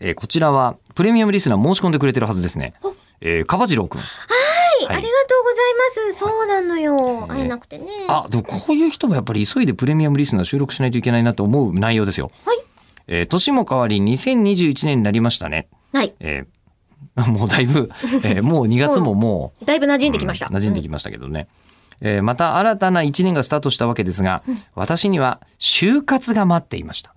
えーこちらはプレミアムリスナー申し込んでくれてるはずですねお。えー、かばじろうくん。はい、はあいりがとうございます。そうなのよ。はい会えなくてね。あ、でもこういう人もやっぱり急いでプレミアムリスナー収録しないといけないなと思う内容ですよ。はい。えー年も変わり2021年になりましたね。ない。えー もうだいぶ、えーもう2月ももう、だいぶ馴染んできました。馴染んできましたけどね。えーまた新たな1年がスタートしたわけですが、私には就活が待っていました。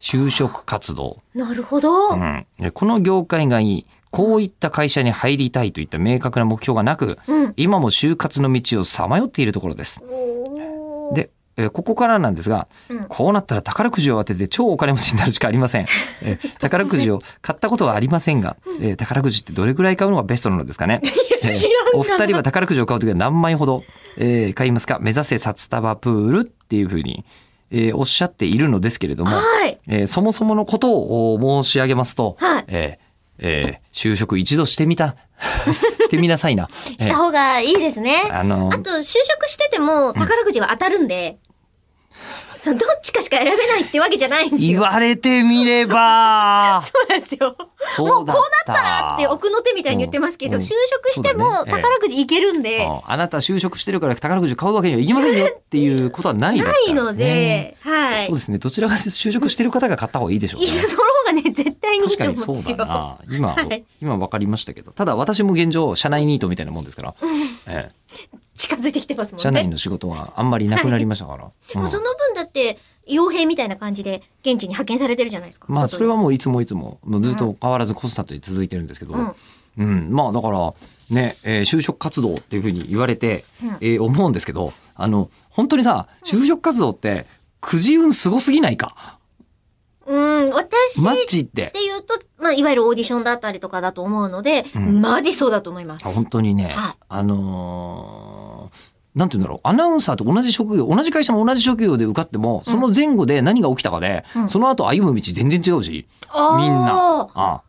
就職活動。うんなるほど。うん、えこの業界がいいこういった会社に入りたいといった明確な目標がなく、うん今も就活の道をさまよっているところです。おーで、えーここからなんですが、うんこうなったら宝くじを当てて超お金持ちになるしかありません。え ー宝くじを買ったことはありませんが、えー宝くじってどれくらい買うのがベストなのですか ね。えー知らんなお二人は宝くじを買うときは何枚ほど、えー買いますか目指せ札束プールっていうふうに、えーおっしゃっているのですけれども、はい。えーそもそものことを申し上げますと、はいえーえー就職一度してみた、 してみなさいな。え したー方がいいですね。あのあと、就職してても宝くじは当たるんで、そうどっちかしか選べないってわけじゃないんです言よ。われてみれば、 そうなんですよ。そうだこったうなったらってう奥の手みたいに言ってますけど、うんうん就職してもそうだねええ宝くじいけるんで、んあなた就職してるから宝くじ買うわけにはいきませんよっていうことはないですかなら、ね。いので、はい。そうですね。どちらかというと就職してる方が買った方がいいでしょう、いねや。その方がね、絶対にい確いとか思にうそんでうだすよ。な。今、はい今分かりましたけど。ただ私も現状、社内ニートみたいなもんですから。ええ近づいてきてますも社ん内ね。の仕事はあんまりなくなりましたから。でもうんその分だって、傭兵みたいな感じで現地に派遣されてるじゃないですか。まあ外にそれはもういつもいつももうずっと変わらずコンスタントに続いてるんですけど、うんまあだからね、えー就職活動っていうふうに言われて、うんえー思うんですけどあの本当にさ就職活動ってくじ運すごすぎないかうん、私マっッチってていうと、まあ、いわゆるオーディションだったりとかだと思うので、んマジそうだと思います。あ本当にね、はいあのーなんて言うんだろうアナウンサーと同じ職業同じ会社の同じ職業で受かってもその前後で何が起きたかで、うんその後歩む道全然違うし、あーみんな。あ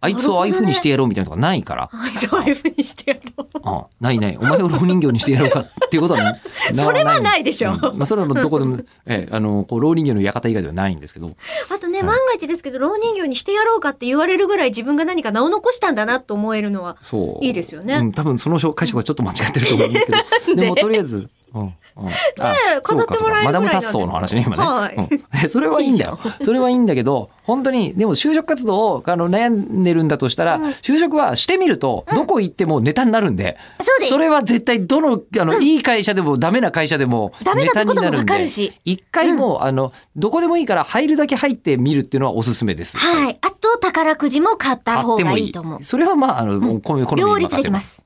あいつをああいうふうにしてやろうみたいなのがないから、はい、そういうふうにしてやろう。あないない。お前を老人形にしてやろうかっていうことは、 それはないでしょうんまあ、それはどこでも、ええ、あの、こう、老人形の館以外ではないんですけど、あとね、うん万が一ですけど、老人形にしてやろうかって言われるぐらい自分が何か名を残したんだなと思えるのは。そう。いいですよねうん、多分その解釈はちょっと間違ってると思うんです けど、でもとりあえず、うん。うん、ね飾ってもらえるマダム・ぐらタッいなんですソーの話ね、今ね。はいうんでそれはいいんだよ。それはいいんだけど、本当に、でも就職活動をあの悩んでるんだとしたら、就職はしてみると、どこ行ってもネタになるんで、そうですそれは絶対、どの、あの、いい会社でも、ダメな会社でも、ダメネだってタこになともるわんかでる。し。一回もう、あの、どこでもいいから入るだけ入ってみるっていうのはおすすめです。はい。あと、宝くじも買った買っ方てがもいいいいと思う。。それはまあ、あの、好み好みに任せ両立できます。